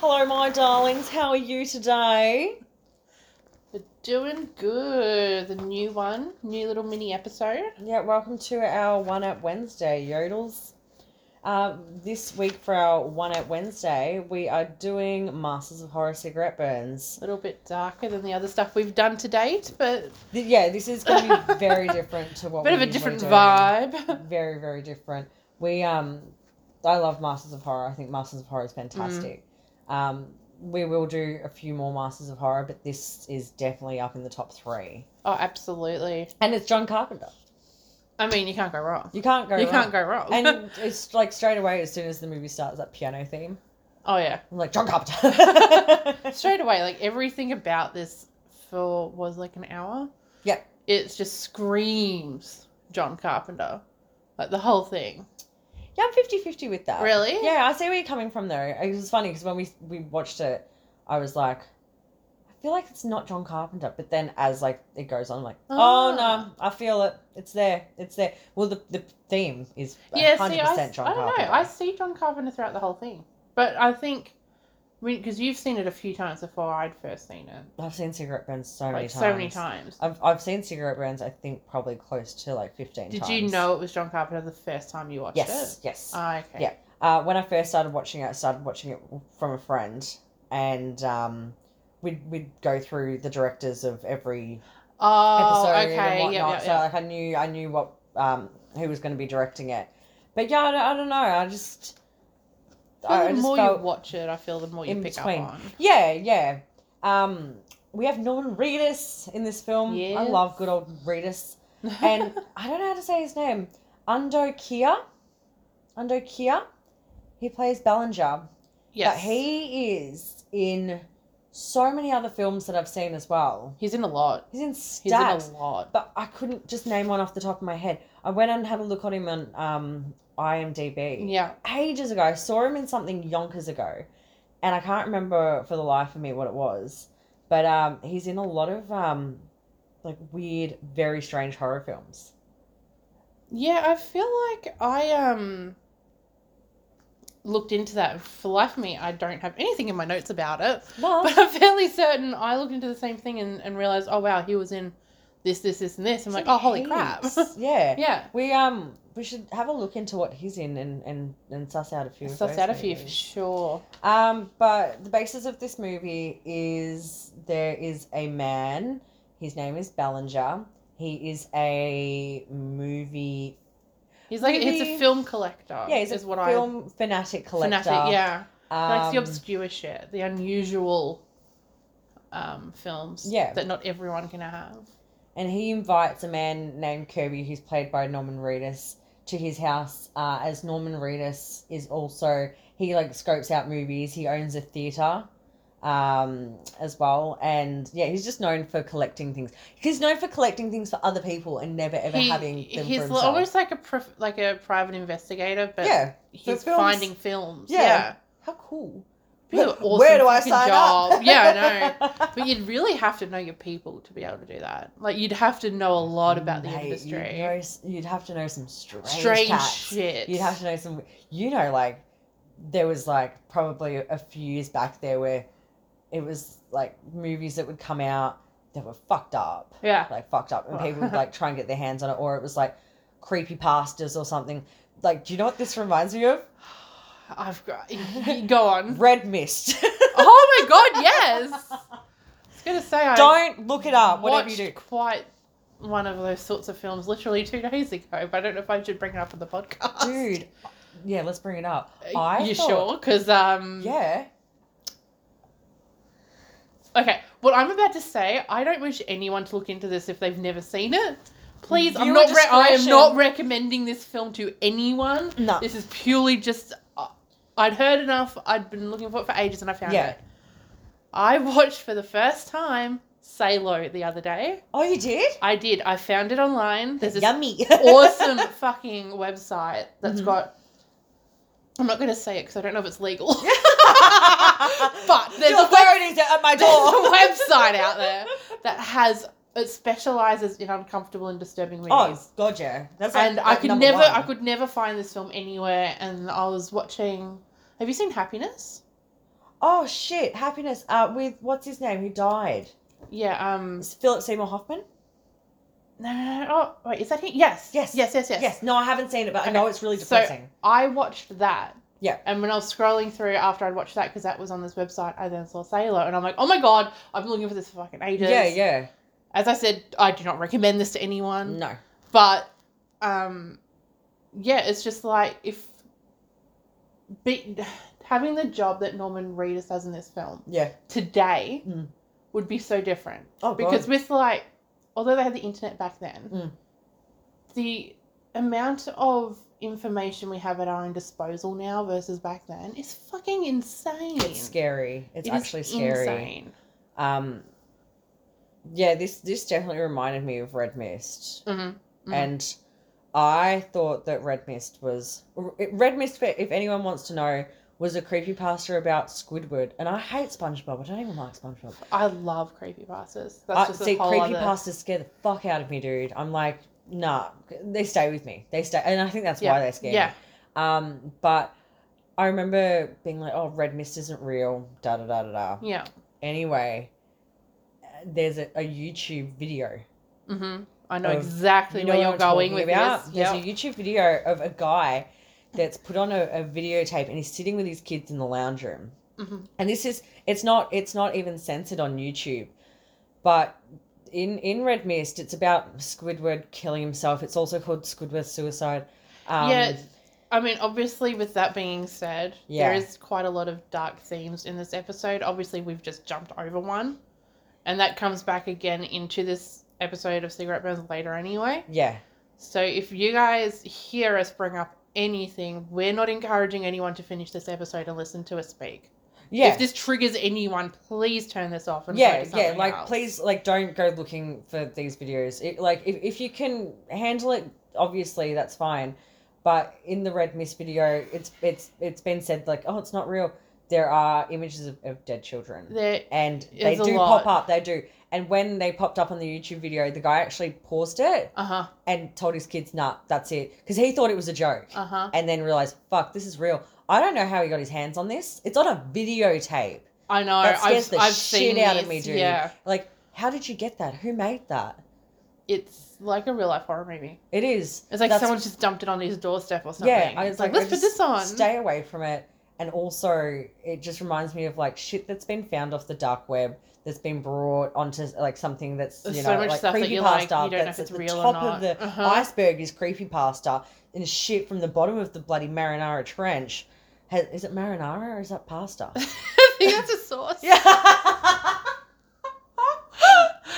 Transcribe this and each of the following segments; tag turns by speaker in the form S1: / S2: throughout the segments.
S1: Hello, my darlings. How are you today?
S2: We're doing good. The new one, new little mini episode.
S1: Yeah, welcome to our One Up Wednesday, Yodels. Uh, this week for our One Up Wednesday, we are doing Masters of Horror Cigarette Burns.
S2: A little bit darker than the other stuff we've done to date, but
S1: Th- yeah, this is going to be very different to what
S2: a bit
S1: we
S2: of a
S1: usually
S2: different
S1: do.
S2: vibe.
S1: Very, very different. We um, I love Masters of Horror. I think Masters of Horror is fantastic. Um, we will do a few more Masters of Horror, but this is definitely up in the top three.
S2: Oh, absolutely.
S1: And it's John Carpenter.
S2: I mean, you can't go wrong.
S1: You can't go.
S2: you
S1: wrong.
S2: can't go wrong.
S1: and it's like straight away as soon as the movie starts that piano theme
S2: oh yeah,
S1: i'm like john carpenter
S2: straight away, like everything about this for was like an hour.
S1: Yeah.
S2: It just screams John Carpenter, like the whole thing.
S1: yeah i'm 50-50 with that
S2: Really?
S1: Uh, yeah i see where you're coming from though it was funny because when we we watched it i was like i feel like it's not john carpenter but then as like it goes on I'm like oh
S2: Ah.
S1: no i feel it it's there it's there well the, the theme is 100%
S2: Yeah, see, I, s-
S1: john
S2: I don't
S1: carpenter
S2: know. I see John Carpenter throughout the whole thing, but I think because you've seen it a few times before I'd first seen it,
S1: i've seen cigarette burns so many
S2: like
S1: times
S2: so many times.
S1: I've, I've seen cigarette burns i think probably close to like 15
S2: Did
S1: times
S2: you know it was John Carpenter the first time you watched
S1: yes
S2: it?
S1: yes
S2: Ah, okay.
S1: Yeah. uh, when I first started watching it, I started watching it from a friend, and um, we'd we'd go through the directors of every
S2: Oh,
S1: episode and
S2: okay.
S1: whatnot.
S2: Yeah, yeah,
S1: So
S2: yeah.
S1: like I knew I knew what um, who was going to be directing it, but yeah, I don't, I don't know. I just
S2: Well,
S1: I, I
S2: the
S1: just
S2: more you
S1: felt
S2: watch it, I feel the more you
S1: in
S2: pick
S1: between.
S2: up on.
S1: yeah yeah. Um, we have Norman Reedus in this film. I
S2: Yes.
S1: love good old Reedus, and I don't know how to say his name. Undo Kia, Undo Kia. He plays Ballinger.
S2: yes,
S1: But he is in so many other films that I've seen as well.
S2: he's in a lot.
S1: He's in
S2: He's
S1: stacks,
S2: in a lot.
S1: but I couldn't just name one off the top of my head. I went and had a look on him on um, IMDb
S2: Yeah,
S1: ages ago. I saw him in something yonkers ago, and I can't remember for the life of me what it was. But um, he's in a lot of um, like weird, very strange horror films.
S2: yeah. I feel like I um looked into that. For the life of me, I don't have anything in my notes about it.
S1: Well,
S2: But I'm fairly certain I looked into the same thing and, and realized, oh wow, he was in this, this, this, and this. I'm like, oh holy crap.
S1: heaps. yeah.
S2: yeah.
S1: We um we should have a look into what he's in and and, and suss out a few. of
S2: Suss
S1: those
S2: out a few for
S1: movies.
S2: sure.
S1: Um, but the basis of this movie is there is a man. His name is Ballinger. He is a movie.
S2: He's like he's
S1: Maybe-
S2: a film collector.
S1: Yeah, he's a
S2: Uh, is what I
S1: film fanatic collector.
S2: fanatic, yeah.
S1: Um,
S2: Likes the obscure shit, the unusual um films
S1: Yeah.
S2: that not everyone can have.
S1: and he invites a man named Kirby, who's played by Norman Reedus, to his house. Uh, as Norman Reedus is also he like scopes out movies. He owns a theater, um, as well, and yeah, he's just known for collecting things. He's known for collecting things for other people and never ever
S2: He-
S1: having them
S2: he's
S1: for
S2: l-
S1: himself.
S2: almost like a prof- like a private investigator, but
S1: yeah,
S2: he's
S1: films.
S2: finding films.
S1: Yeah.
S2: Yeah.
S1: how cool.
S2: Be an
S1: Where
S2: awesome
S1: do I
S2: fucking
S1: sign up?
S2: job. Yeah, I know.
S1: know.
S2: But you'd really have to know your people to be able to do that. Like you'd have to know a lot about the
S1: Mate, You'd,
S2: industry.
S1: know s- you'd have to know some strange,
S2: Strange
S1: cats.
S2: shit.
S1: You'd have to know some. You know, like there was like probably a few years back there where it was like movies that would come out that were fucked up,
S2: yeah.
S1: like fucked up, and people would like try and get their hands on it, or it was like creepy pastas or something. Like, do you know what this reminds me of?
S2: I've got y- go on.
S1: Red Mist.
S2: Oh my god, yes. I was gonna say I
S1: Don't look it up. Whatever you
S2: watched
S1: do.
S2: quite one of those sorts of films literally two days ago, but I don't know if I should bring it up on the podcast.
S1: Dude, yeah, let's bring it up.
S2: Are
S1: I
S2: you
S1: thought-
S2: sure? Because um
S1: Yeah.
S2: Okay, what I'm about to say, I don't wish anyone to look into this if they've never seen it. Please, I'm
S1: Viewer
S2: not. Re- I am
S1: discretion.
S2: not recommending this film to anyone.
S1: No.
S2: This is purely just. Uh, I'd heard enough. I'd been looking for it for ages, and I found
S1: Yeah.
S2: it. I watched for the first time Salo the other day.
S1: Oh, you did?
S2: I did. I found it online. There's this
S1: Yummy.
S2: awesome fucking website that's
S1: Mhm.
S2: got. I'm not going to say it because I don't know if it's legal.
S1: but
S2: But there's
S1: Your
S2: a web-
S1: authorities are at my
S2: There's
S1: door.
S2: a website out there that has it specializes in uncomfortable and disturbing
S1: Oh,
S2: movies.
S1: God, yeah. That's like,
S2: and I
S1: like
S2: could
S1: number
S2: never,
S1: one.
S2: I could never find this film anywhere. And I was watching. Have you seen Happiness?
S1: Oh shit! Happiness. Uh, with what's his name? Who died?
S2: Yeah. Um.
S1: It's Philip Seymour Hoffman.
S2: No, no, no, Oh, wait. Is that him? Yes.
S1: Yes.
S2: Yes. Yes. Yes.
S1: Yes. No, I haven't seen it, but I
S2: Okay.
S1: know it's really
S2: So-
S1: depressing.
S2: I watched that.
S1: Yeah.
S2: And when I was scrolling through after I'd watched that because that was on this website, I then saw Sailor, and I'm like, oh my god, I've been looking for this for fucking ages.
S1: yeah, yeah.
S2: As I said, I do not recommend this to anyone.
S1: No.
S2: but um yeah it's just like if be, having the job that norman reedus does in this film
S1: Yeah.
S2: today
S1: Mm.
S2: would be so different
S1: Oh god.
S2: because with like although they had the internet back then
S1: Mm.
S2: the amount of information we have at our own disposal now versus back then is fucking insane
S1: it's scary. It's
S2: It is
S1: actually scary.
S2: insane.
S1: Um. Yeah. This this definitely reminded me of Red Mist.
S2: Mhm. Mhm.
S1: and I thought that Red Mist was Red Mist. If anyone wants to know, was a creepy pasta about Squidward, and I hate SpongeBob. I don't even like SpongeBob.
S2: Mm-hmm. i love creepy pastas that's
S1: I,
S2: just
S1: see,
S2: a whole
S1: creepy
S2: other-
S1: pastas scare the fuck out of me, dude. I'm like, nah, they stay with me. They stay, and I think that's why they scare
S2: yeah
S1: me. Um, but I remember being like, oh, Red Mist isn't real. Da da da da da.
S2: yeah
S1: Anyway, uh, there's a, a YouTube video
S2: Mm-hmm. I know
S1: of-
S2: exactly
S1: You know
S2: where
S1: what
S2: you're
S1: I'm
S2: going
S1: talking
S2: with
S1: about?
S2: this.
S1: There's
S2: Yep.
S1: a YouTube video of a guy that's put on a, a videotape and he's sitting with his kids in the lounge room.
S2: Mhm.
S1: And this is it's not it's not even censored on YouTube, but in in Red Mist it's about Squidward killing himself. It's also called Squidward suicide. Um,
S2: yeah, I mean, obviously, with that being said,
S1: Yeah.
S2: there is quite a lot of dark themes in this episode. Obviously, we've just jumped over one, and that comes back again into this episode of Cigarette Burns later, anyway.
S1: yeah,
S2: So, if you guys hear us bring up anything, we're not encouraging anyone to finish this episode and listen to us speak.
S1: yeah,
S2: If this triggers anyone, please turn this off and
S1: yeah,
S2: focus
S1: yeah.
S2: something
S1: Like,
S2: else.
S1: please, like, don't go looking for these videos. It, like, if if you can handle it, obviously that's fine. But in the Red Mist video, it's it's it's been said like, oh, it's not real. There are images of, of dead children,
S2: There,
S1: and they
S2: It's a
S1: do
S2: lot.
S1: pop up. They do. And when they popped up on the YouTube video, the guy actually paused it
S2: uh huh,
S1: and told his kids, "Nah, that's it," because he thought it was a joke,
S2: uh huh.
S1: and then realized, "Fuck, this is real." I don't know how he got his hands on this. It's on a videotape.
S2: I know.
S1: That scares
S2: I've,
S1: the
S2: I've
S1: shit
S2: seen
S1: out of
S2: these,
S1: me, dude.
S2: Yeah.
S1: Like, how did you get that? Who made that?
S2: it's like a real life horror movie.
S1: It is.
S2: It's like
S1: That's-
S2: someone just dumped it on his doorstep or something.
S1: Yeah, I
S2: it's
S1: was
S2: like,
S1: like,
S2: let's
S1: I
S2: put
S1: just
S2: this on.
S1: Stay away from it. And also, it just reminds me of like shit that's been found off the dark web that's been brought onto like something that's you
S2: There's
S1: know
S2: so much
S1: like
S2: stuff that
S1: creepy
S2: you're like, you
S1: pasta.
S2: don't know
S1: that's
S2: if it's
S1: at the
S2: real or
S1: top of
S2: not.
S1: the
S2: Uh-huh.
S1: iceberg is creepy pasta, and shit from the bottom of the bloody marinara trench. Has, is it marinara or is that pasta?
S2: I think that's a sauce.
S1: yeah.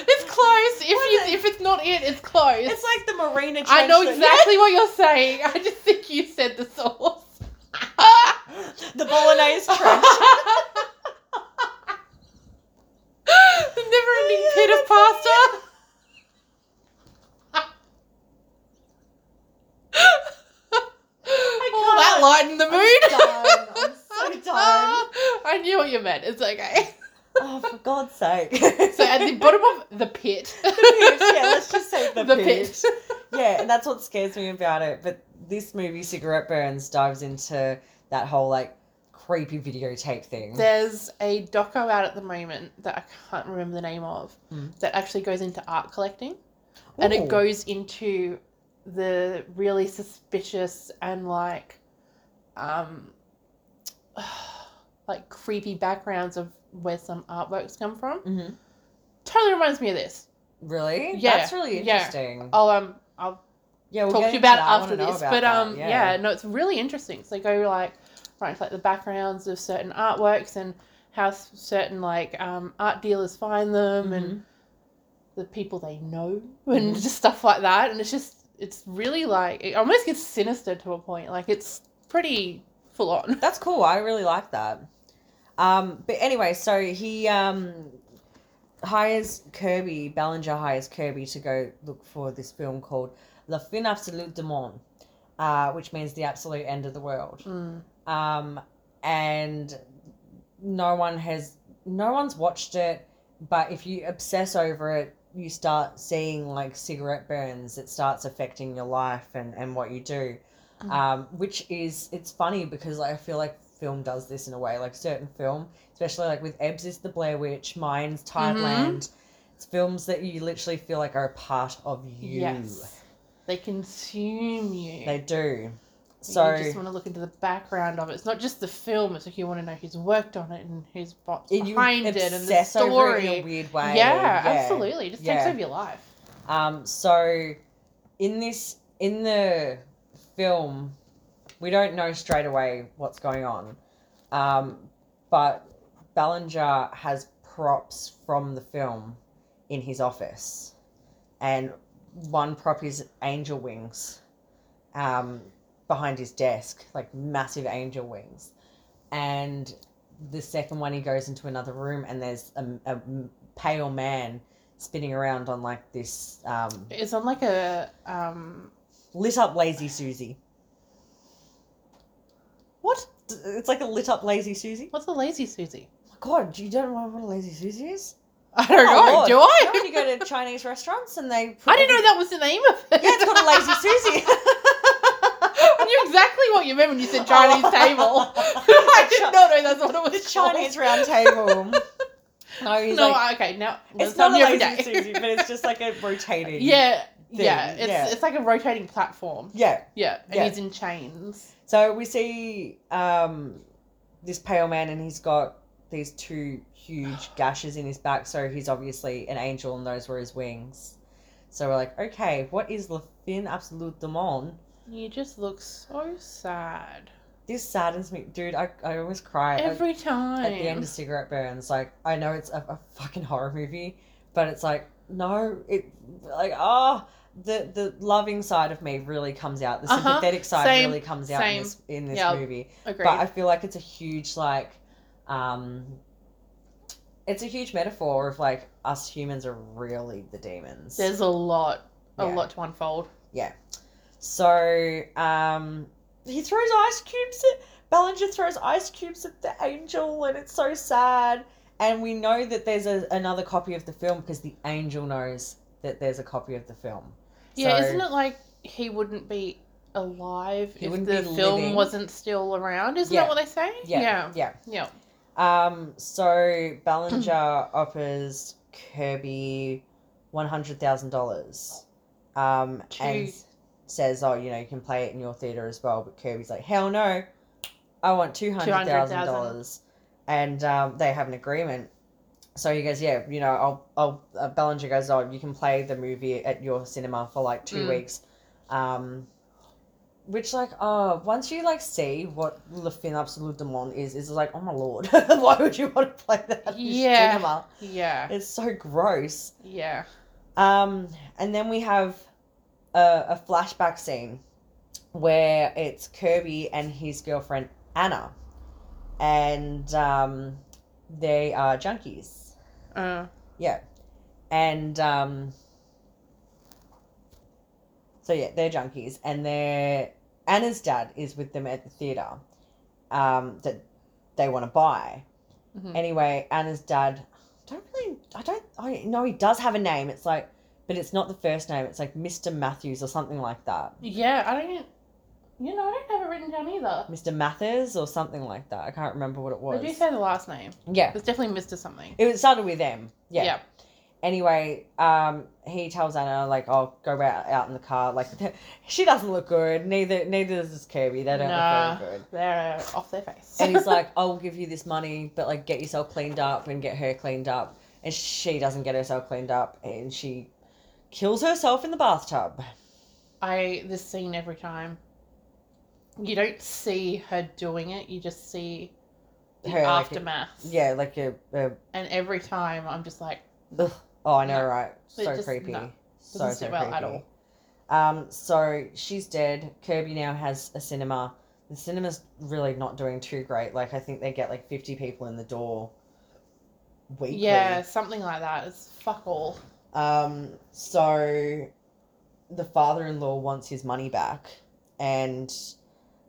S2: it's close. If you, if it's not it, it's close.
S1: It's like the marina. Trench
S2: I know
S1: that-
S2: exactly what you're saying. I just think you said the sauce.
S1: the bolognese trench.
S2: the never-ending pit of pasta. oh, that
S1: can't.
S2: lightened the mood.
S1: done. I'm so done.
S2: I knew what you meant. It's okay.
S1: Oh, for God's sake.
S2: So at the bottom of the pit. The
S1: pit, yeah, let's just say the pit.
S2: pit.
S1: yeah, and that's what scares me about it. But this movie, Cigarette Burns, dives into that whole like creepy videotape thing.
S2: There's a doco out at the moment that I can't remember the name of
S1: Mm.
S2: that actually goes into art collecting. and
S1: Ooh.
S2: it goes into the really suspicious and like um like creepy backgrounds of where some artworks come from
S1: Mhm.
S2: totally reminds me of this
S1: Really?
S2: Yeah,
S1: That's really
S2: yeah.
S1: interesting.
S2: i'll um i'll
S1: Yeah, we'll
S2: talk
S1: get
S2: to you
S1: into
S2: about it
S1: that. I
S2: after
S1: wanna know
S2: this
S1: about
S2: but
S1: that,
S2: um yeah. no it's really interesting so they go like right to, like the backgrounds of certain artworks and how s- certain like um art dealers find them and
S1: Mhm.
S2: the people they know and
S1: Mhm.
S2: just stuff like that. And it's just, it's really like, it almost gets sinister to a point. Like, it's pretty full on.
S1: That's cool. I really like that. Um, but anyway, so he um, hires Kirby, Ballinger hires Kirby to go look for this film called La Fin Absolute du Monde, uh, which means the absolute end of the world. Um, and no one has, no one's watched it, but if you obsess over it, you start seeing like cigarette burns. It starts affecting your life and, and what you do
S2: Mm.
S1: um, which is it's funny because I feel like film does this in a way. Like certain film, especially like with Ebbs is the Blair Witch, mine's Tideland.
S2: Mm-hmm.
S1: It's films that you literally feel like are a part of you.
S2: Yes. They consume you.
S1: They do. So
S2: So you just want to look into the background of it. It's not just the film. It's like you want to know who's worked on it and who's what's
S1: it- you
S2: behind it and the
S1: obsess over it in a
S2: story.
S1: weird
S2: Yeah,
S1: way.
S2: absolutely. It just takes
S1: Yeah.
S2: over your life.
S1: Um, so in this in the film, we don't know straight away what's going on. Um, but Ballinger has props from the film in his office. And one prop is angel wings um, behind his desk, like massive angel wings. And the second one, he goes into another room and there's a, a pale man spinning around on like this um,
S2: It's on like a um,
S1: lit up lazy Susie. What? D- It's like a lit up lazy Susie.
S2: what's a lazy Susie?
S1: Oh my God, you don't know what a lazy Susie is?
S2: I don't
S1: Oh,
S2: know.
S1: Lord.
S2: Do
S1: You know when
S2: I?
S1: you go to Chinese restaurants and they put
S2: I didn't know that was the name of it.
S1: Yeah, it's called a lazy Susie.
S2: I knew exactly what you meant when you said Chinese table. I did not know that's what it was.
S1: It's Chinese round table. No,
S2: Called.
S1: he's
S2: No,
S1: like,
S2: okay, now
S1: it's
S2: that's
S1: not a
S2: me every
S1: lazy
S2: day.
S1: Susie, but it's just like a rotating.
S2: yeah,
S1: thing,
S2: yeah. It's
S1: yeah.
S2: it's like a rotating platform.
S1: Yeah.
S2: Yeah, and
S1: Yeah.
S2: he's in chains.
S1: So we see um, this pale man, and he's got these two huge gashes in his back. So he's obviously an angel, and those were his wings. So we're like, okay, what is Le Fin Absolute Demon?
S2: You just look so sad
S1: This saddens me, dude. I, I always cry at-
S2: every time.
S1: at the end of Cigarette Burns. Like, I know it's a, a fucking horror movie, but it's like, no, it like ah. the, the loving side of me really comes out. The
S2: Uh-huh.
S1: sympathetic side
S2: Same,
S1: really comes out
S2: same.
S1: in this in this
S2: Yep.
S1: movie.
S2: Agreed.
S1: but I feel like it's a huge like um it's a huge metaphor of like us humans are really the demons.
S2: There's a lot, a
S1: Yeah.
S2: lot to unfold.
S1: So um he throws ice cubes at Ballinger throws ice cubes at the angel and it's so sad. And we know that there's a, another copy of the film because the angel knows that there's a copy of the film.
S2: Yeah,
S1: So-
S2: isn't it like he wouldn't be alive
S1: He
S2: if
S1: wouldn't
S2: the
S1: be
S2: film
S1: living.
S2: wasn't still around? Isn't
S1: Yeah.
S2: that what they say?
S1: Yeah. Yeah.
S2: Yeah.
S1: Um, so Ballinger offers Kirby one hundred thousand dollars. Um and
S2: Jeez.
S1: says, Oh, you know, you can play it in your theatre as well, but Kirby's like, Hell no, I want two hundred thousand dollars.
S2: $200,000.
S1: And um, they have an agreement. So he goes, Yeah, you know, I'll I'll uh, Ballinger goes, Oh, you can play the movie at your cinema for like two
S2: Mm.
S1: weeks. Um which like uh once you like see what Le Fin Absolute Demon is, is like, oh my lord, why would you want to play that at your
S2: Yeah.
S1: cinema?
S2: Yeah.
S1: It's so gross.
S2: Yeah.
S1: Um, and then we have a, a flashback scene where it's Kirby and his girlfriend Anna, and um, they are junkies.
S2: Uh,
S1: And um, so yeah, they're junkies, and their Anna's dad is with them at the theater um, that they want to buy.
S2: Mhm.
S1: Anyway, Anna's dad. I don't really. I don't. I no. He does have a name. It's like, but it's not the first name. It's like Mister Matthews or something like that.
S2: yeah. I don't. You know, I don't have it written down either.
S1: Mister Mathers or something like that. I can't remember what it was.
S2: Did you say the last name?
S1: yeah.
S2: It's definitely Mister Something.
S1: It was started with M. Yeah.
S2: Yeah.
S1: Anyway, um, he tells Anna like, "I'll go out, out in the car." Like, she doesn't look good. Neither neither does Kirby. They don't
S2: Nah.
S1: look very good.
S2: They're uh, off their face.
S1: And he's like, "I'll give you this money, but like, get yourself cleaned up and get her cleaned up." And she doesn't get herself cleaned up, and she kills herself in the bathtub.
S2: I this scene every time. You don't see her doing it. You just see the
S1: Her, like,
S2: aftermath.
S1: Yeah, like a, a
S2: And every time, I'm just like,
S1: ugh. oh, I know,
S2: No.
S1: right?
S2: It
S1: So
S2: just-
S1: creepy.
S2: no.
S1: So
S2: Doesn't
S1: so
S2: sit
S1: creepy.
S2: well at
S1: Um, so she's dead. Kirby now has a cinema. The cinema's really not doing too great. Like I think they get like fifty people in the door weekly.
S2: yeah, something like that. It's fuck all.
S1: Um, so the father-in-law wants his money back and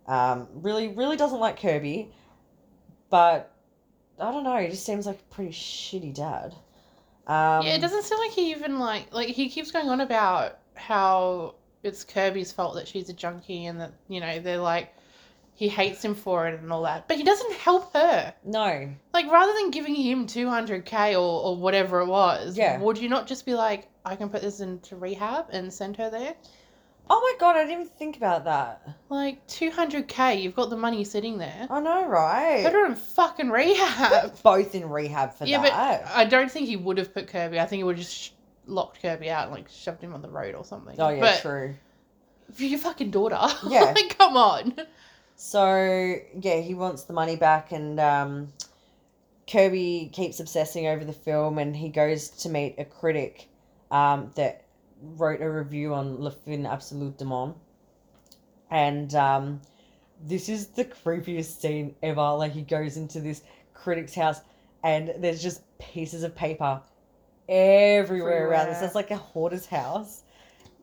S1: um, really really doesn't like Kirby, but I don't know, he just seems like a pretty shitty dad. Um,
S2: yeah, it doesn't seem like he even like like he keeps going on about how it's Kirby's fault that she's a junkie and that you know they're like he hates him for it and all that, but he doesn't help her.
S1: No.
S2: Like, rather than giving him 200k or, or whatever it was,
S1: Yeah.
S2: would you not just be like, I can put this into rehab and send her there?
S1: Oh my god, I didn't even think about that.
S2: Like, 200k, you've got the money sitting there.
S1: I know, right?
S2: Put her in fucking rehab.
S1: both in rehab for
S2: yeah,
S1: that.
S2: but I don't think he would have put Kirby. I think he would have just sh- locked Kirby out and, like, shoved him on the road or something.
S1: oh yeah,
S2: but
S1: true.
S2: for your fucking daughter.
S1: Yeah.
S2: like, come on.
S1: So yeah, he wants the money back, and um, Kirby keeps obsessing over the film, and he goes to meet a critic um, that wrote a review on Le Fin Absolute Demon, and um, this is the creepiest scene ever. Like he goes into this critic's house, and there's just pieces of paper everywhere, around this.
S2: Everywhere.
S1: That's like a hoarder's house,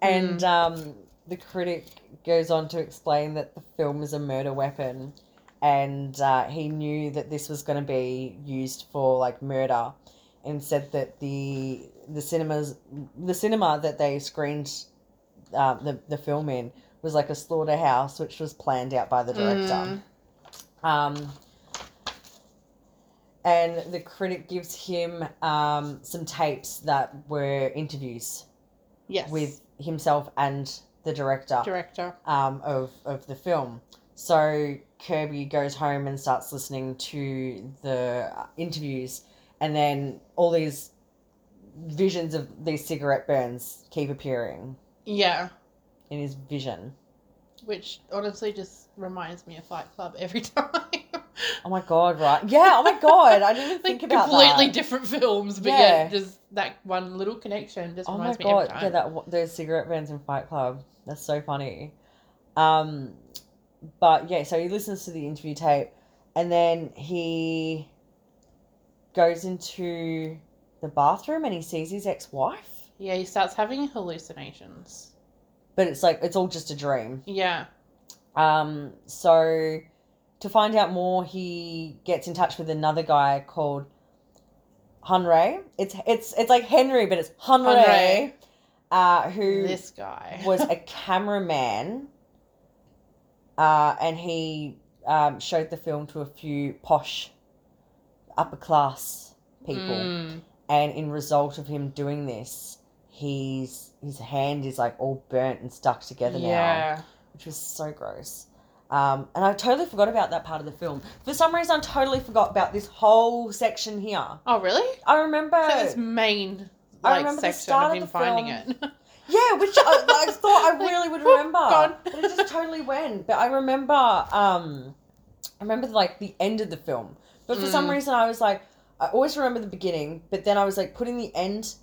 S1: and um, the critic goes on to explain that the film is a murder weapon and uh, he knew that this was going to be used for like murder and said that the the cinemas the cinema that they screened uh, the, the film in was like a slaughterhouse which was planned out by the director
S2: Mm.
S1: um, and the critic gives him um, some tapes that were interviews
S2: Yes.
S1: with himself and the director
S2: director.
S1: um, of, of the film. So Kirby goes home and starts listening to the uh, interviews, and then all these visions of these cigarette burns keep appearing
S2: Yeah.
S1: in his vision.
S2: Which honestly just reminds me of Fight Club every time.
S1: Oh my god, right? Yeah, oh my god, I didn't even think
S2: like
S1: about
S2: completely
S1: that.
S2: different films, but yeah.
S1: Yeah.
S2: just that one little connection just
S1: Oh my
S2: reminds me every
S1: god,
S2: time.
S1: yeah, that wa- those cigarette burns in Fight Club. That's so funny. Um, but yeah, so he listens to the interview tape, and then he goes into the bathroom and he sees his ex-wife,
S2: yeah, he starts having hallucinations.
S1: but it's like it's all just a dream.
S2: Yeah.
S1: Um, so to find out more, he gets in touch with another guy called Hunray. It's it's it's like Henry, but it's Hunray.
S2: Hunray.
S1: Uh, who
S2: This guy.
S1: was a cameraman, uh, and he um, showed the film to a few posh, upper class people.
S2: Mm.
S1: And in result of him doing this, he's his hand is like all burnt and stuck together now,
S2: Yeah.
S1: which was so gross. Um, and I totally forgot about that part of the film. For some reason, I totally forgot about this whole section here.
S2: Oh really?
S1: I remember.
S2: So this main
S1: I
S2: like
S1: remember the
S2: section
S1: start
S2: of
S1: of
S2: him
S1: the
S2: finding
S1: film.
S2: it.
S1: Yeah, which I, I thought I
S2: Like, oh,
S1: really would
S2: whoop,
S1: remember.
S2: gone.
S1: But it just totally went. But I remember, um, I remember like the end of the film. But for some
S2: Mm.
S1: reason, I was like, I always remember the beginning, but then I was like putting the end,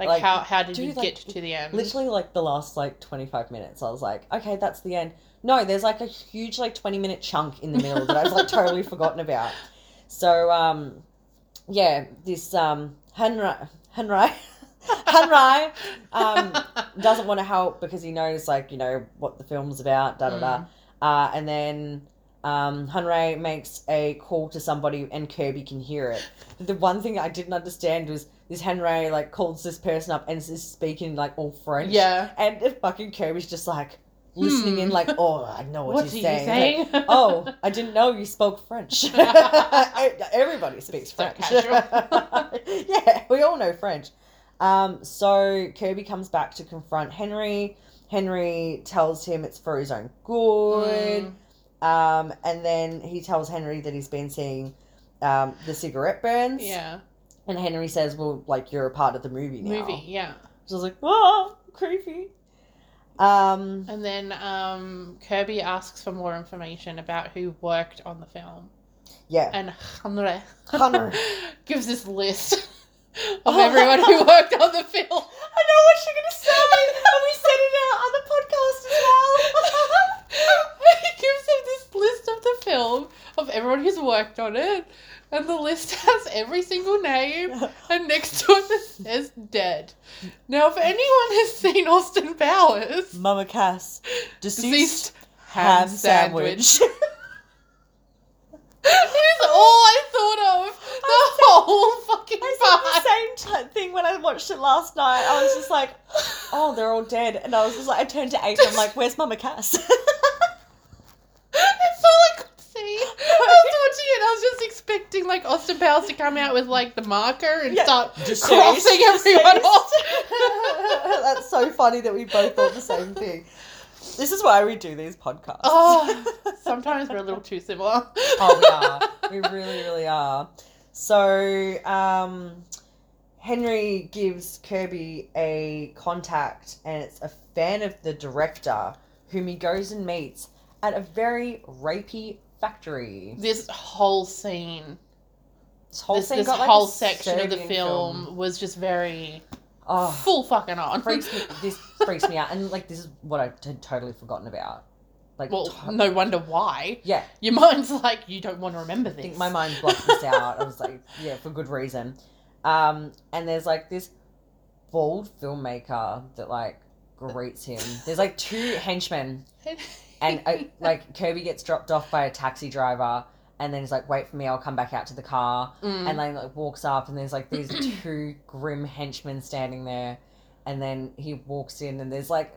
S2: Like,
S1: Like,
S2: how how did you
S1: dude, like,
S2: get to the end?
S1: literally like the last like twenty five minutes. I was like, okay, that's the end. No, there's like a huge like twenty minute chunk in the middle that I've like totally forgotten about. So um, yeah, this um Henry Henry Henry um doesn't want to help because he knows like you know what the film's about da da da
S2: Mm.
S1: uh, and then um, Hunray makes a call to somebody and Kirby can hear it but the one thing I didn't understand was this Henry like calls this person up and is speaking like all French
S2: Yeah.
S1: and if fucking Kirby's just like listening in
S2: Hmm.
S1: like oh I know what,
S2: What
S1: he's
S2: are you
S1: saying, It's like,
S2: saying?
S1: oh I didn't know you spoke French everybody speaks
S2: So
S1: French
S2: casual.
S1: yeah we all know French um, so Kirby comes back to confront Henry. Henry tells him it's for his own good.
S2: Mm.
S1: Um, and then he tells Henry that he's been seeing um, the cigarette burns.
S2: Yeah.
S1: And Henry says, Well, like, you're a part of the movie now.
S2: Movie. Yeah.
S1: So I was like, Oh, creepy. Um,
S2: And then um, Kirby asks for more information about who worked on the film.
S1: yeah.
S2: And Hanre
S1: Hunter.
S2: gives this list of everyone who worked on the
S1: I
S2: film.
S1: know what you're going to say. and we said it out on the podcast as well.
S2: he gives him this list of the film of everyone who's worked on it. And the list has every single name. And next to it it says dead. Now, if anyone has seen Austin Powers,
S1: Mama Cass,
S2: deceased
S1: ham sandwich.
S2: it is all I thought of the whole fucking part.
S1: I said the same t- thing when I watched it last night. I was just like, oh, they're all dead. And I was just like, I turned to eight and I'm like, where's Mama Cass?
S2: It's all was just expecting like Austin Powers to come out with like the marker and
S1: Yeah.
S2: start
S3: Deceased.
S2: crossing everyone off.
S1: That's so funny that we both thought the same thing. This is why we do these podcasts.
S2: Oh, Sometimes we're a little too similar.
S1: oh, we are. We really, really are. So, um, Henry gives Kirby a contact, and it's a fan of the director, whom he goes and meets at a very rapey factory.
S2: This whole scene,
S1: This whole
S2: this,
S1: scene
S2: this
S1: got like a
S2: whole section of the
S1: Serbian
S2: film, was just very
S1: Oh,
S2: full fucking on.
S1: freaks me. This freaks me out, and like this is what I had totally forgotten about. Like,
S2: well,
S1: to-
S2: no wonder why.
S1: yeah,
S2: Your mind's like, you don't want to remember
S1: I
S2: this.
S1: think my mind blocked this out. I was like, yeah, for good reason. Um, and there's like this bald filmmaker that like greets him. There's like two henchmen, and uh, like Kirby gets dropped off by a taxi driver, and then he's like, "Wait for me, I'll come back out to the car."
S2: Mm.
S1: And then like walks up, and there's like these two grim henchmen standing there, and then he walks in, and there's like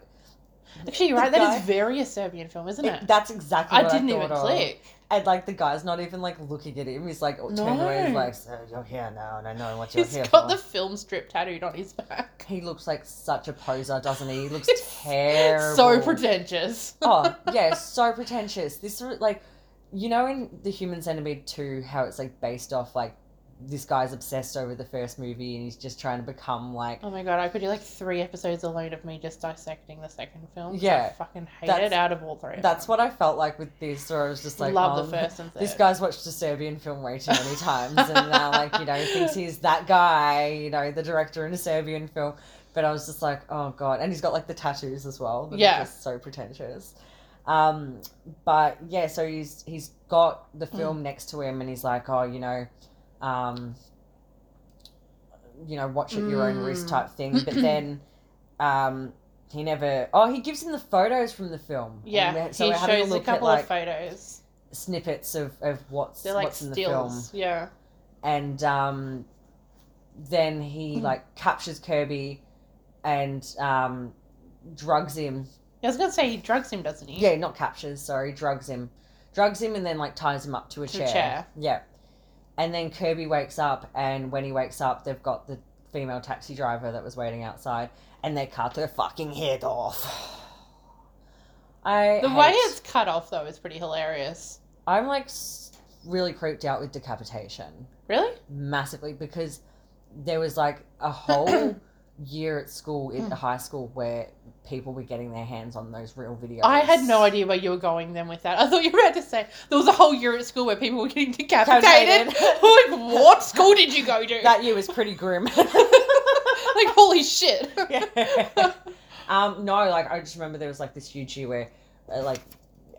S2: Actually, you're
S1: the
S2: right. That
S1: guy-
S2: is very a Serbian film, isn't it?
S1: that's exactly.
S2: I
S1: what
S2: didn't
S1: thought
S2: even
S1: of.
S2: click.
S1: And like the guy's not even like looking at him. He's like turned away. He's
S2: No.
S1: like, "So you're here now, and I know what you're
S2: He's
S1: here
S2: got
S1: for."
S2: the film strip tattooed on his back.
S1: he looks like such a poser, doesn't he? He looks
S2: It's
S1: terrible.
S2: So pretentious.
S1: oh yeah, so pretentious. This re- like, you know, in the Human Centipede two, how it's like based off like this guy's obsessed over the first movie, and he's just trying to become like.
S2: Oh my god, I could do like three episodes alone of me just dissecting the second film. 'cause
S1: Yeah.
S2: I fucking hate
S1: That's-
S2: it out of all three. of
S1: That's
S2: them.
S1: what I felt like with this, or I was just like,
S2: love
S1: um,
S2: the first and third.
S1: This guy's watched a Serbian film way too many times, and now, like you know, he thinks he's that guy, you know, the director in a Serbian film. But I was just like, oh god, and he's got like the tattoos as well. that are
S2: Yeah.
S1: just so pretentious. Um, but yeah, so he's he's got the
S2: Hmm.
S1: film next to him, and he's like, oh, you know, um, you know, watch at your own risk
S2: Mm.
S1: type thing. But then, um. He never. Oh, he gives him the photos from the film. And
S2: Yeah,
S1: we're- so
S2: he
S1: we're having
S2: shows
S1: a
S2: a,
S1: look
S2: couple
S1: at like
S2: of photos.
S1: snippets of, of what's
S2: They're like
S1: what's in the film
S2: stills. Yeah.
S1: and um, then he
S2: Mm.
S1: like captures Kirby and um, drugs him.
S2: I was gonna say he drugs him, doesn't he?
S1: Yeah, not captures. Sorry, drugs him, drugs him, and then like ties him up to a
S2: To a
S1: chair.
S2: chair.
S1: Yeah, and then Kirby wakes up, and when he wakes up, they've got the female taxi driver that was waiting outside, and they cut her fucking head off. I
S2: The way
S1: hate-
S2: it's cut off though is pretty hilarious.
S1: I'm like s- really creeped out with decapitation.
S2: Really?
S1: massively because there was like a whole year at school
S2: Hmm.
S1: in high school where people were getting their hands on those real videos.
S2: I had no idea where you were going then with that. I thought you were about to say there was a whole year at school where people were getting decapitated.
S1: Decapitated.
S2: like, what school did you go to?
S1: That year was pretty grim.
S2: like, holy shit.
S1: um, no, like I just remember there was like this huge year where uh, like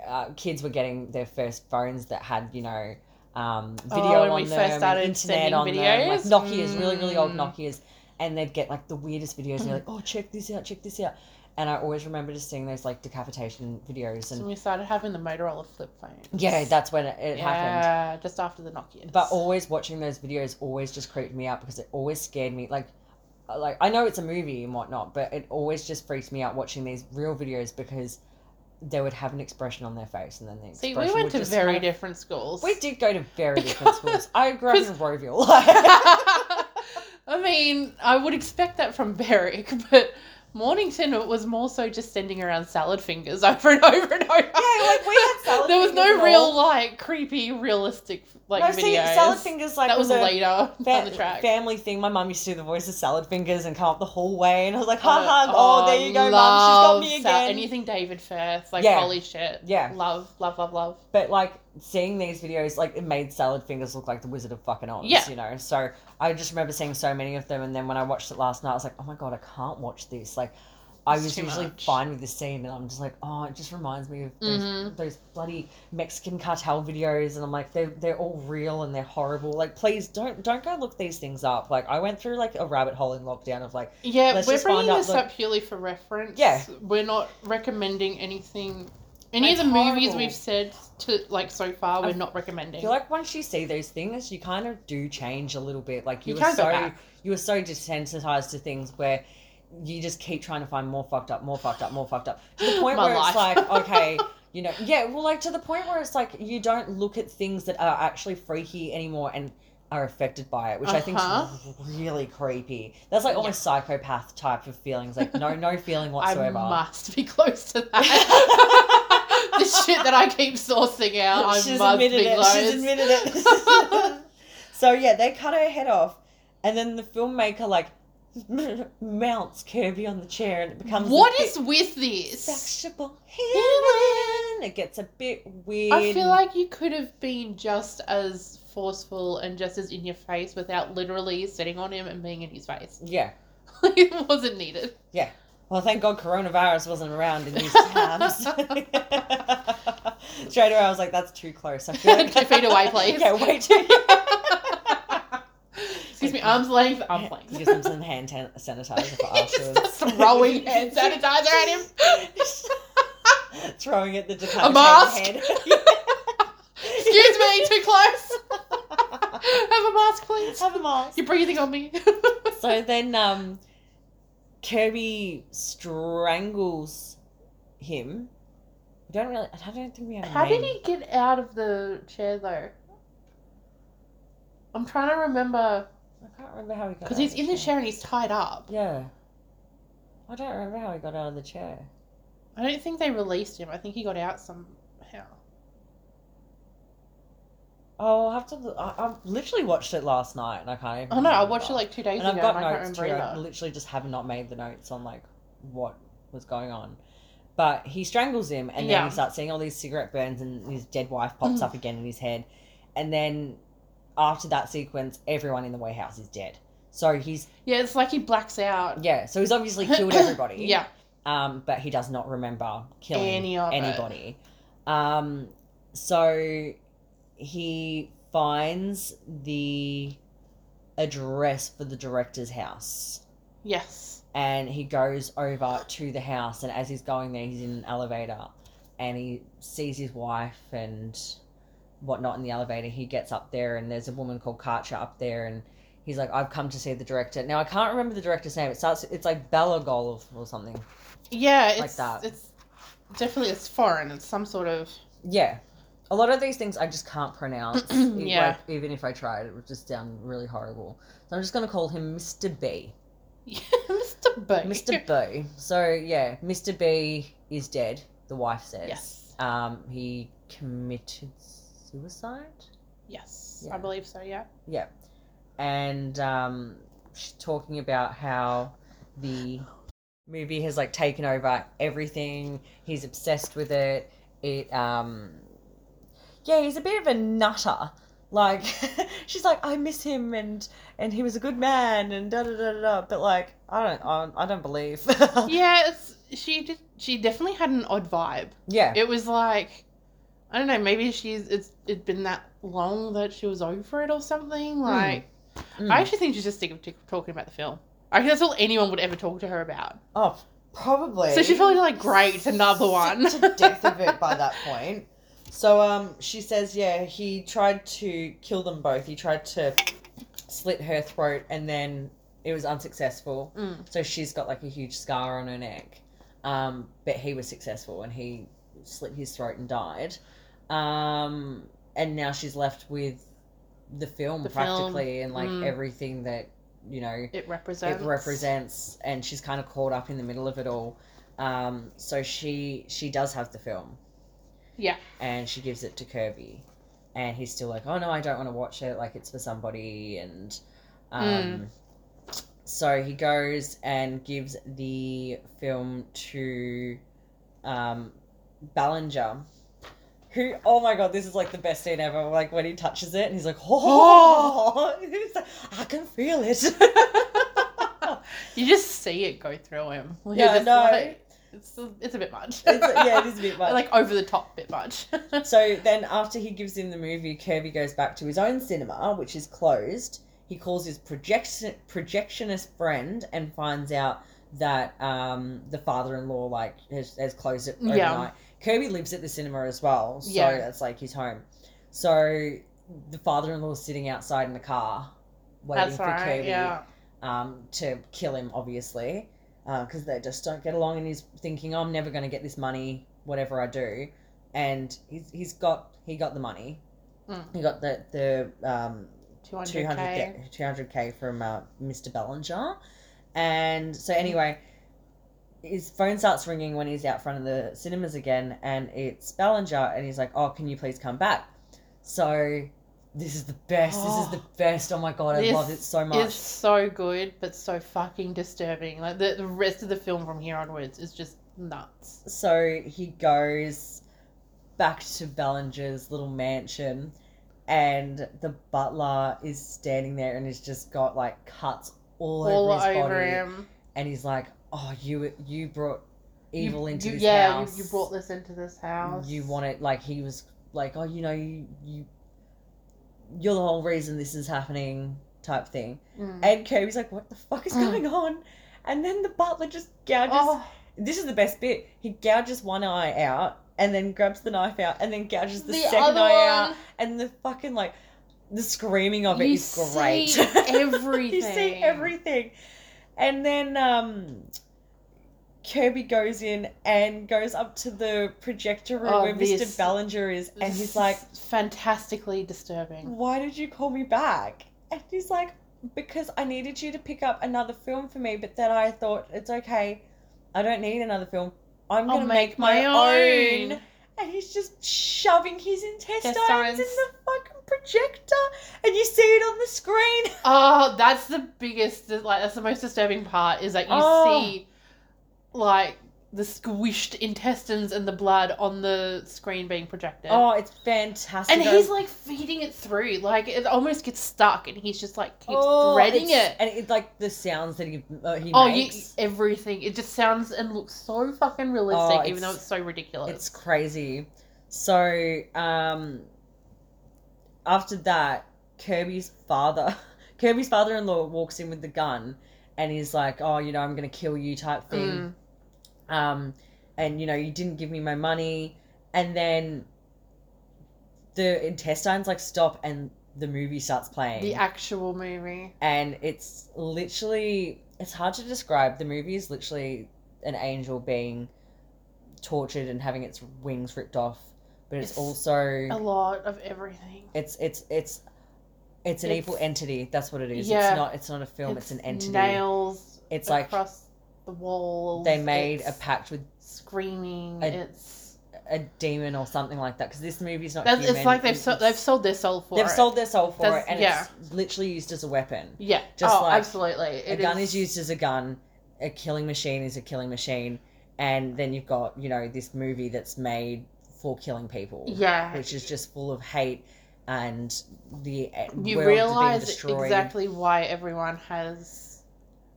S1: uh, kids were getting their first phones that had you know um,
S2: Oh,
S1: video
S2: when
S1: on
S2: we
S1: them,
S2: first
S1: and
S2: started
S1: internet
S2: sending
S1: on them, like
S2: videos?
S1: Nokia's, really really old
S2: Mm.
S1: Nokia's, and they'd get like the weirdest videos. And they're like, oh, check this out, check this out. And I always remember just seeing those like decapitation videos,
S2: So
S1: and
S2: we started having the Motorola flip phones.
S1: yeah, that's when it, it happened.
S2: Yeah, just after the Nokia.
S1: But always watching those videos always just creeped me out because it always scared me. Like, uh, like I know it's a movie and whatnot, but it always just freaks me out watching these real videos because they would have an expression on their face, and then the
S2: See,
S1: expression
S2: we went
S1: would
S2: to
S1: just
S2: very
S1: kind of-
S2: different schools.
S1: We did go to very different schools. I grew up in Roeville.
S2: I mean, I would expect that from Berwick, but Mornington was more so just sending around salad fingers over and over and over.
S1: Yeah, like, we had salad
S2: There was
S1: fingers
S2: no
S1: and
S2: real
S1: all.
S2: like creepy, realistic like
S1: no,
S2: videos.
S1: see, salad fingers like
S2: that was
S1: a
S2: later
S1: fa-
S2: on the track. Uh,
S1: family thing. My mum used to do the voice of salad fingers and come up the hallway, and I was like,
S2: Uh,
S1: ha ha, oh, there you go, mum,
S2: love
S1: she's got me
S2: sal-
S1: again.
S2: anything David Firth, like
S1: Yeah.
S2: holy shit,
S1: Yeah.
S2: love, love, love, love.
S1: But like seeing these videos, like it made salad fingers look like the Wizard of fucking Oz.
S2: Yeah.
S1: You know, so I just remember seeing so many of them, and then when I watched it last night, I was like, oh my god, I can't watch this. Like, I
S2: It's
S1: was
S2: too
S1: usually
S2: much.
S1: fine with this scene, and I'm just like, oh, it just reminds me of those,
S2: Mhm.
S1: those bloody Mexican cartel videos, and I'm like, they're they're all real and they're horrible. Like, please don't don't go look these things up. Like, I went through like a rabbit hole in lockdown of like,
S2: Yeah,
S1: Let's
S2: we're
S1: just
S2: bringing
S1: find out
S2: this
S1: the-
S2: up purely for reference.
S1: Yeah.
S2: we're not recommending anything. Any
S1: That's
S2: of the movies
S1: horrible.
S2: we've said to like so far, we're
S1: I
S2: not
S1: I
S2: recommending.
S1: feel like once you see those things, you kind of do change a little bit. Like you,
S2: You
S1: were
S2: can't go
S1: so
S2: back.
S1: you were so desensitized to things where you just keep trying to find more fucked up, more fucked up, more fucked up to the point
S2: My
S1: where it's
S2: life.
S1: like, okay, you know yeah well like to the point where it's like you don't look at things that are actually freaky anymore and are affected by it which i think
S2: Uh-huh.
S1: is really creepy that's like almost psychopath type of feelings like no no feeling whatsoever
S2: I must be close to that. the shit that I keep sourcing out, I
S1: she's
S2: must
S1: admitted
S2: be
S1: it.
S2: close.
S1: She's admitted it. so yeah, they cut her head off, and then the filmmaker like mounts Kirby on the chair, and it becomes
S2: What
S1: a
S2: is with
S1: bit
S2: this?
S1: sexual healing? It gets a bit weird.
S2: I feel like you could have been just as forceful and just as in your face without literally sitting on him and being in his face.
S1: yeah.
S2: it wasn't needed.
S1: Well, thank God coronavirus wasn't around in these times. Straight away, I was like, "That's too close." I feel like
S2: Two feet away, please.
S1: yeah, way too.
S2: Excuse me, arm's length, arm's length.
S1: Give them some hand tan- sanitizer for
S2: He just
S1: afterwards.
S2: starts throwing hand sanitizer at him.
S1: throwing at the decapitated
S2: mask?
S1: head.
S2: Excuse me, too close. Have a mask, please.
S1: Have a mask.
S2: You're breathing on me.
S1: So then, um, Kirby strangles him. We don't really. I don't think we have. a
S2: How did
S1: name.
S2: he get out of the chair though? I'm trying to remember
S1: I can't remember how he got.
S2: because
S1: out
S2: he's
S1: of
S2: in the chair and he's tied up.
S1: Yeah. I don't remember how he got out of the chair.
S2: I don't think they released him. I think he got out somehow.
S1: Mm. Oh, I'll have to. look- I, I literally watched it last night, and I can't even.
S2: Oh no, I
S1: remember.
S2: watched it like two days
S1: and I've
S2: ago
S1: got
S2: and I can't
S1: notes uh,
S2: remember
S1: too. I
S2: either.
S1: literally just have not made the notes on like what was going on. But he strangles him, and then
S2: Yeah.
S1: he starts seeing all these cigarette burns, and his dead wife pops
S2: Mm.
S1: up again in his head. And then after that sequence, everyone in the warehouse is dead. So he's
S2: Yeah, it's like he blacks out.
S1: yeah, so he's obviously killed everybody.
S2: Yeah,
S1: Um, but he does not remember killing
S2: Any of it.
S1: anybody. Um, so he finds the address for the director's house
S2: yes.
S1: and he goes over to the house and as he's going there he's in an elevator and he sees his wife and whatnot in the elevator he gets up there and there's a woman called Karcher up there and he's like i've come to see the director now i can't remember the director's name it starts it's like balagolov or something
S2: Yeah, it's
S1: Like that.
S2: it's definitely it's foreign. It's some sort of
S1: yeah a lot of these things i just can't pronounce It-
S2: Yeah.
S1: like, even if i tried it would just sound really horrible so i'm just going to call him mr b
S2: Mr. Boo.
S1: mr b so yeah mr b is dead the wife says
S2: Yes.
S1: Um, he committed suicide,
S2: Yes.
S1: Yeah.
S2: I believe so, yeah.
S1: and um, she's talking about how the movie has like taken over everything. He's obsessed with it. It um, yeah, he's a bit of a nutter. Like she's like, I miss him, and and he was a good man, and da da da da. da. But like, I don't, I, I don't believe.
S2: Yeah, it's she did she definitely had an odd vibe.
S1: yeah,
S2: it was like I don't know, maybe she's it's it'd been that long that she was over it or
S1: Hmm.
S2: something. Like
S1: Mm.
S2: I actually think she's just sick of t- talking about the film. I think that's all anyone would ever talk to her about.
S1: Oh, probably.
S2: So she's probably like, "Great, it's another
S1: Sick
S2: one."
S1: to death of it by that point. So um, she says, yeah, he tried to kill them both. He tried to slit her throat, and then it was unsuccessful.
S2: Mm.
S1: So she's got like a huge scar on her neck. Um, but he was successful, and he slit his throat and died. Um, and now she's left with the film
S2: The film.
S1: practically, and like
S2: Mm.
S1: everything that you know
S2: It represents.
S1: it represents and she's kind of caught up in the middle of it all um, so she she does have the film
S2: Yeah.
S1: and she gives it to kirby and he's still like oh no i don't want to watch it like it's for somebody and um,
S2: Mm.
S1: so he goes and gives the film to um, ballinger who oh my god this is like the best scene ever like when he touches it and he's like oh He's like, i can feel it
S2: You just see it go through him. You're
S1: Yeah, I
S2: just
S1: know.
S2: like- it's a, it's a bit much.
S1: It's- yeah, it is a bit much.
S2: like over the top, bit much.
S1: So then, after he gives him the movie, Kirby goes back to his own cinema, which is closed. He calls his projection projectionist friend and finds out that um, the father-in-law like has, has closed it overnight.
S2: Yeah.
S1: Kirby lives at the cinema as well, so
S2: Yeah.
S1: that's like his home. So the father-in-law is sitting outside in the car waiting
S2: that's
S1: for
S2: right.
S1: Kirby
S2: Yeah.
S1: um, to kill him, obviously, uh, because they just don't get along. And he's thinking, I'm never going to get this money, whatever I do. and he's, he's got he got the money.
S2: Mm.
S1: He got the the um,
S2: 200k.
S1: 200K, 200K from uh, Mr. Bellinger. And so, anyway, his phone starts ringing when he's out front of the cinemas again, and it's Bellinger, and he's like, Oh, can you please come back? So, this is the best. This is the best. Oh my God, I
S2: This
S1: love it so much.
S2: It's so good, but so fucking disturbing. Like the, the rest of the film from here onwards is just nuts.
S1: So, he goes back to Bellinger's little mansion. And the butler is standing there and he's just got like cuts all,
S2: All
S1: over his
S2: over
S1: body.
S2: him.
S1: and he's like, "Oh, you you brought
S2: You-
S1: evil into
S2: you-
S1: this
S2: yeah,
S1: house.
S2: you, you brought this into this house.
S1: You want it like he was like, oh, you know, you, you you're the whole reason this is happening, type thing."
S2: Mm.
S1: And Kirby's like, "What the fuck is
S2: Mm.
S1: going on?" And then the butler just gouges.
S2: Oh,
S1: This is the best bit. He gouges one eye out, and then grabs the knife out, and then gouges the,
S2: the
S1: second
S2: other
S1: eye out,
S2: one.
S1: and the fucking like the screaming of it
S2: You
S1: is great.
S2: see
S1: you see
S2: everything.
S1: everything, and then um, Kirby goes in and goes up to the projector room
S2: Oh,
S1: where
S2: this-
S1: Mr. Ballinger is, and he's like,
S2: fantastically disturbing.
S1: "Why did you call me back?" And he's like, "Because I needed you to pick up another film for me, but then I thought it's okay. I don't need another film. I'm
S2: I'll
S1: gonna
S2: make
S1: make,
S2: my
S1: my,
S2: own."
S1: own. And he's just shoving his intestines,
S2: Intestines.
S1: in the fucking projector, and you see it on the screen.
S2: Oh, that's the biggest, like, that's the most disturbing part is that you
S1: Oh.
S2: see, like, the squished intestines and the blood on the screen being projected.
S1: Oh, it's fantastic.
S2: and
S1: I-
S2: he's, like, feeding it through. Like, it almost gets stuck, and he's just, like, keeps
S1: Oh,
S2: threading
S1: it's-
S2: it.
S1: and it like the sounds that he uh, he
S2: Oh, you,
S1: makes.
S2: everything. It just sounds and looks so fucking realistic,
S1: Oh,
S2: even though
S1: it's-
S2: it's so ridiculous.
S1: It's crazy. So, um, after that, Kirby's father, Kirby's father-in-law walks in with the gun, and he's like, "Oh, you know, I'm gonna kill you," type thing.
S2: Mm.
S1: Um, and you know, you didn't give me my money, and then the intestines like stop, and the movie starts playing.
S2: The actual movie.
S1: and it's literally it's hard to describe the movie is literally an angel being tortured and having its wings ripped off but it's,
S2: It's
S1: also
S2: A lot of everything.
S1: it's it's it's it's an
S2: It's-
S1: evil entity that's what it is
S2: Yeah.
S1: it's not it's not a film it's, an entity
S2: Nails.
S1: It's like-
S2: across the walls.
S1: they made a
S2: it's
S1: pact with
S2: screaming.
S1: a-
S2: it's
S1: a demon or something like that because this movie's not
S2: that's, it's
S1: human,
S2: like they've so,
S1: it's-
S2: they've sold their soul for
S1: they've
S2: it.
S1: sold their soul for
S2: That's-
S1: it and
S2: yeah.
S1: it's literally used as a weapon
S2: Yeah.
S1: just
S2: oh,
S1: like
S2: absolutely.
S1: a
S2: It
S1: gun is... used as a gun a killing machine is a killing machine and then you've got you know this movie that's made for killing people
S2: Yeah.
S1: which is just full of hate and the uh, world
S2: you
S1: being
S2: realize
S1: destroyed
S2: exactly why everyone has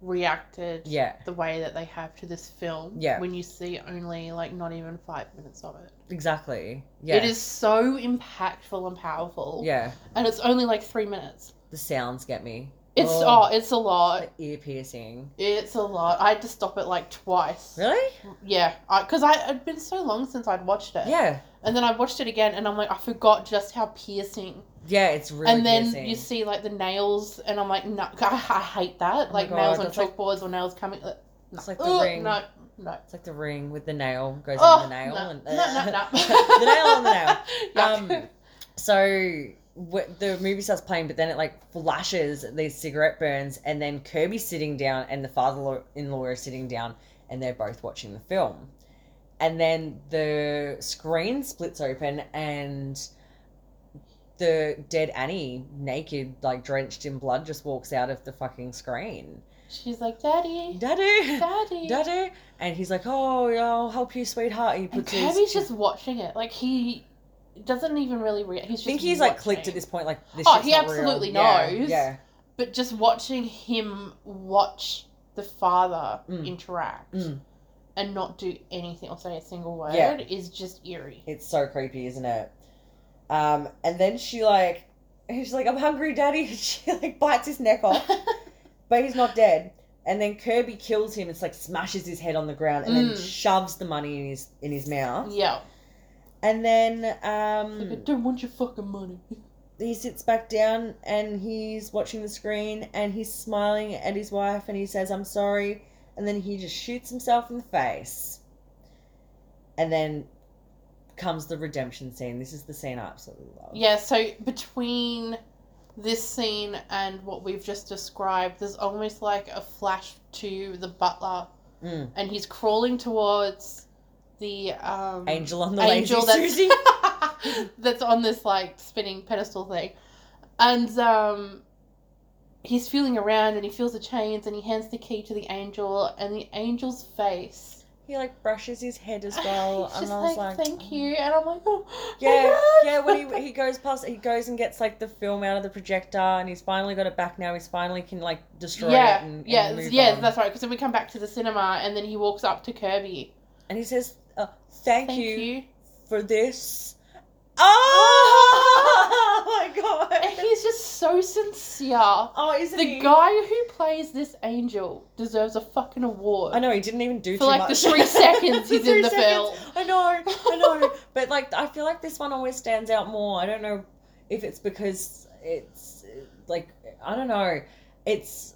S2: reacted
S1: yeah
S2: the way that they have to this film
S1: Yeah.
S2: when you see only like not even five minutes of it
S1: exactly yeah
S2: it is so impactful and powerful
S1: yeah
S2: and it's only like three minutes
S1: the sounds get me
S2: it's oh,
S1: Oh,
S2: it's a lot
S1: the ear piercing
S2: it's a lot i had to stop it like twice
S1: really
S2: yeah because I, it'd been so long since i'd watched it
S1: yeah
S2: and then i watched it again and i'm like i forgot just how piercing
S1: yeah it's really
S2: and then
S1: piercing.
S2: you see like the nails and i'm like no i, I hate that
S1: Oh my
S2: like
S1: God,
S2: nails on
S1: that's like-
S2: chalkboards or nails coming uh, no.
S1: It's like the
S2: Ugh,
S1: ring.
S2: no no
S1: it's like the ring with the nail goes on the nail
S2: Oh, no,
S1: and
S2: no, no, no.
S1: the nail on the nail
S2: Yuck.
S1: Um, So wh- the movie starts playing, but then it like flashes these cigarette burns, and then Kirby's sitting down, and the father-in-law is sitting down, and they're both watching the film. And then the screen splits open, and the dead Annie, naked, like drenched in blood, just walks out of the fucking screen.
S2: she's like, Daddy,
S1: Daddy,
S2: Daddy.
S1: daddy, and he's like, "Oh, I'll help you, sweetheart." And he
S2: And
S1: puts his.
S2: Kirby's just watching it. Like, he doesn't even really react. He's
S1: I
S2: just
S1: think he's like clicked at
S2: watching.
S1: this point, like this.
S2: Oh,
S1: shit's
S2: he
S1: not real.
S2: absolutely
S1: Yeah,
S2: knows.
S1: yeah.
S2: But just watching him watch the father
S1: Mm.
S2: interact
S1: Mm.
S2: and not do anything or say a single word
S1: Yeah.
S2: is just eerie.
S1: It's so creepy, isn't it? Um, and then she like, she's like, "I'm hungry, daddy." And she like bites his neck off, but he's not dead. And then Kirby kills him. It's like smashes his head on the ground and then
S2: Mm.
S1: shoves the money in his in his mouth.
S2: yeah.
S1: And then
S2: Like, I
S1: um,
S2: don't want your fucking money.
S1: he sits back down and he's watching the screen and he's smiling at his wife and he says, "I'm sorry." And then he just shoots himself in the face. And then comes the redemption scene. This is the scene I absolutely love.
S2: Yeah, so between this scene and what we've just described, there's almost like a flash to the butler,
S1: Mm.
S2: and he's crawling towards the um,
S1: Angel on the
S2: angel
S1: Lazy Susie.
S2: that's, that's on this like spinning pedestal thing. And um, he's feeling around and he feels the chains and he hands the key to the angel, and the angel's face
S1: He like brushes his head as well,
S2: He's
S1: and
S2: just
S1: I was
S2: like,
S1: like,
S2: thank you, and I'm like, oh, my
S1: Yeah,
S2: God."
S1: yeah. When he he goes past, he goes and gets like the film out of the projector, and he's finally got it back. Now he's finally can like destroy
S2: yeah,
S1: it. And,
S2: yeah,
S1: and move
S2: yeah,
S1: on.
S2: that's right. Because then we come back to the cinema, and then he walks up to Kirby.
S1: and he says, uh, "Thank,
S2: Thank
S1: you,
S2: you.
S1: for this." Oh, my
S2: And
S1: god!
S2: he's just so sincere.
S1: Oh, isn't
S2: The
S1: he?
S2: guy who plays this angel deserves a fucking award.
S1: I know he didn't even do
S2: For
S1: too
S2: like the
S1: much.
S2: three seconds
S1: The
S2: he's
S1: three
S2: in the
S1: seconds.
S2: film.
S1: I know, I know, but like I feel like this one always stands out more. I don't know if it's because it's uh, like I don't know. It's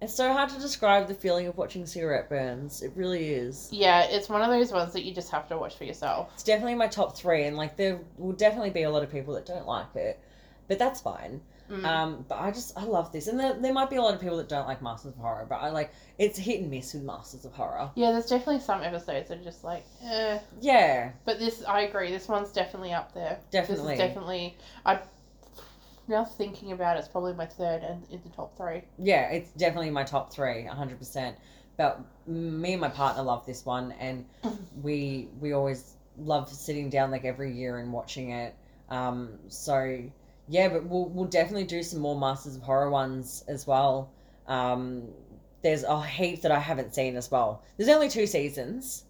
S1: it's so hard to describe the feeling of watching cigarette burns. It really is.
S2: Yeah, it's one of those ones that you just have to watch for yourself.
S1: It's definitely my top three, and like there will definitely be a lot of people that don't like it, but that's fine.
S2: Mm.
S1: Um, but I just I love this, and there, there might be a lot of people that don't like Masters of Horror, but I like it's hit and miss with Masters of Horror.
S2: yeah, there's definitely some episodes that are just like, eh.
S1: Yeah,
S2: But this, I agree, this one's definitely up there.
S1: definitely.
S2: This is definitely. I now thinking about it, it's probably my third and in the top three.
S1: yeah, it's definitely my top three, hundred percent. But me and my partner love this one, and we we always love sitting down like every year and watching it. Um, so yeah, but we'll we'll definitely do some more Masters of Horror ones as well. Um, there's a heap that I haven't seen as well. There's only two seasons,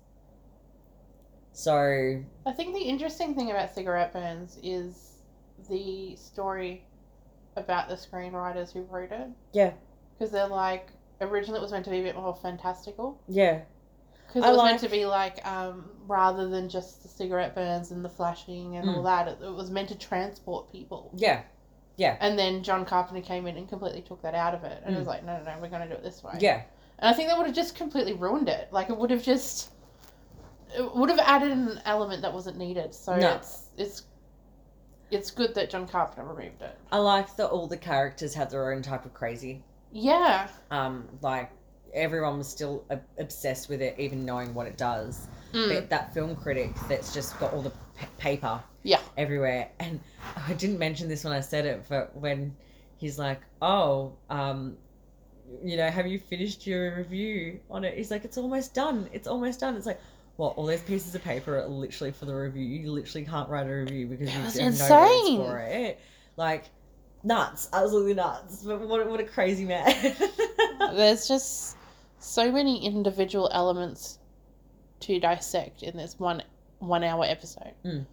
S1: so
S2: I think the interesting thing about cigarette burns is the story about the screenwriters who wrote it.
S1: Yeah.
S2: Because they're like originally it was meant to be a bit more fantastical.
S1: yeah,
S2: Because
S1: I
S2: it was meant
S1: like-
S2: to be like um, rather than just the cigarette burns and the flashing and
S1: Mm.
S2: all that, it, it was meant to transport people.
S1: yeah,
S2: And then John Carpenter came in and completely took that out of it and was like, no, no, no, we're going to do it this way.
S1: Mm. yeah.
S2: And I think that would have just completely ruined it. Like it would have just it would have added an element that wasn't needed. So
S1: No.
S2: it's it's it's good that John Carpenter removed it.
S1: I like that all the characters have their own type of crazy.
S2: Yeah.
S1: um, like everyone was still ob- obsessed with it, even knowing what it does.
S2: Mm.
S1: But that film critic that's just got all the p- paper,
S2: Yeah.
S1: everywhere. And I didn't mention this when I said it, but when he's like, "Oh, um, you know, have you finished your review on it?" He's like, "It's almost done. It's almost done." It's like. Well, all those pieces of paper are literally for the review. You literally can't write a review because
S2: That
S1: you
S2: was
S1: have no words
S2: insane.
S1: for it. Like, nuts, absolutely nuts. But what, what a crazy man.
S2: There's just so many individual elements to dissect in this one one hour episode.
S1: Mm.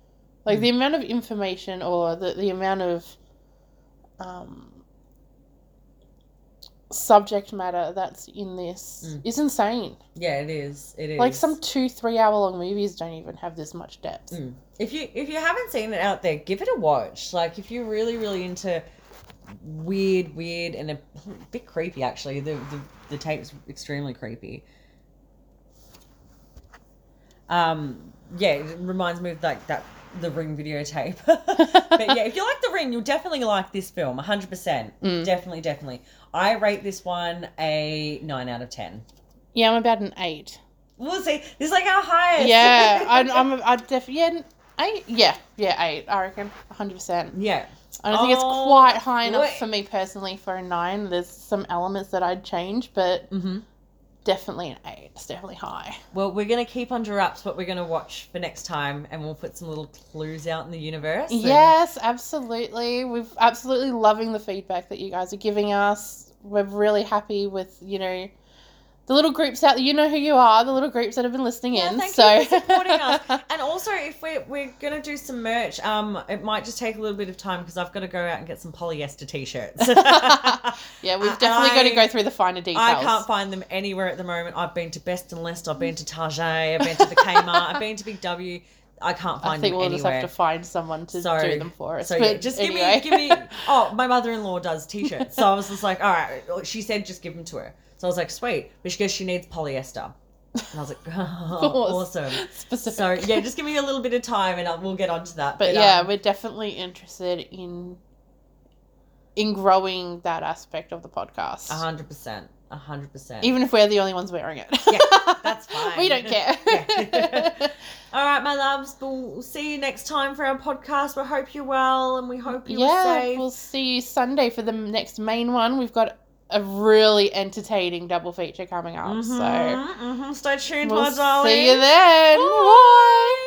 S2: Like
S1: Mm.
S2: the amount of information or the, the amount of um subject matter that's in this
S1: Mm.
S2: is insane.
S1: Yeah, it is. It is.
S2: Like some two, three hour long movies don't even have this much depth.
S1: Mm. if you if you haven't seen it out there, give it a watch. Like if you're really really into weird, weird, and a bit creepy actually. The the, the tape's extremely creepy. Um. Yeah, it reminds me of like that the Ring videotape. but yeah, if you like the Ring, you'll definitely like this film. hundred percent.
S2: Mm.
S1: Definitely, definitely. I rate this one a nine out of ten.
S2: Yeah, I'm about an eight.
S1: We'll see. This is like our highest.
S2: Yeah, I'm, I'm, I'm definitely, yeah, an eight. Yeah, yeah, eight, I reckon. 100%.
S1: yeah.
S2: I don't think it's
S1: Oh,
S2: quite high enough
S1: wait.
S2: for me personally for a nine. There's some elements that I'd change, but
S1: Mm-hmm.
S2: definitely an eight. It's definitely high.
S1: Well, we're going to keep under wraps what we're going to watch for next time, and we'll put some little clues out in the universe. and-
S2: Yes, absolutely. We've absolutely loving the feedback that you guys are giving us. We're really happy with, you know, the little groups out You know who you are, the little groups that have been listening
S1: Yeah,
S2: in.
S1: thank
S2: so
S1: you for supporting us. And also, if we're, we're going to do some merch, um, it might just take a little bit of time because I've got to go out and get some polyester t shirts. I
S2: yeah,
S1: Uh,
S2: we've definitely got
S1: I-
S2: to go through the finer details.
S1: can't find them anywhere at the moment. I've been to Best and List, I've been to Target, I've been to the Kmart, I've been to Big W. I can't
S2: I
S1: find
S2: think
S1: them
S2: we'll
S1: anywhere.
S2: just have to find someone to
S1: So-
S2: do them for us.
S1: So
S2: but
S1: yeah, just
S2: anyway.
S1: give me, give me. Oh, my mother-in-law does t-shirts, so I was just like, all right. She said just give them to her, so I was like, sweet. But she goes, she needs polyester. And I was like, "Oh,
S2: course.
S1: awesome.
S2: Specific.
S1: So yeah, just give me a little bit of time, and I, we'll get onto that.
S2: but yeah,
S1: um,
S2: we're definitely interested in in growing that aspect of the podcast.
S1: a hundred percent, a hundred percent.
S2: Even if we're the only ones wearing it.
S1: Yeah, that's fine.
S2: we don't care.
S1: Yeah. All right, my loves. We'll see you next time for our podcast. We hope you're well, and we hope you're
S2: yeah,
S1: safe.
S2: we'll see you Sunday for the next main one. We've got a really entertaining double feature coming up.
S1: Mhm, mhm. Stay
S2: So
S1: tuned,
S2: we'll
S1: my darling.
S2: see you then. Bye.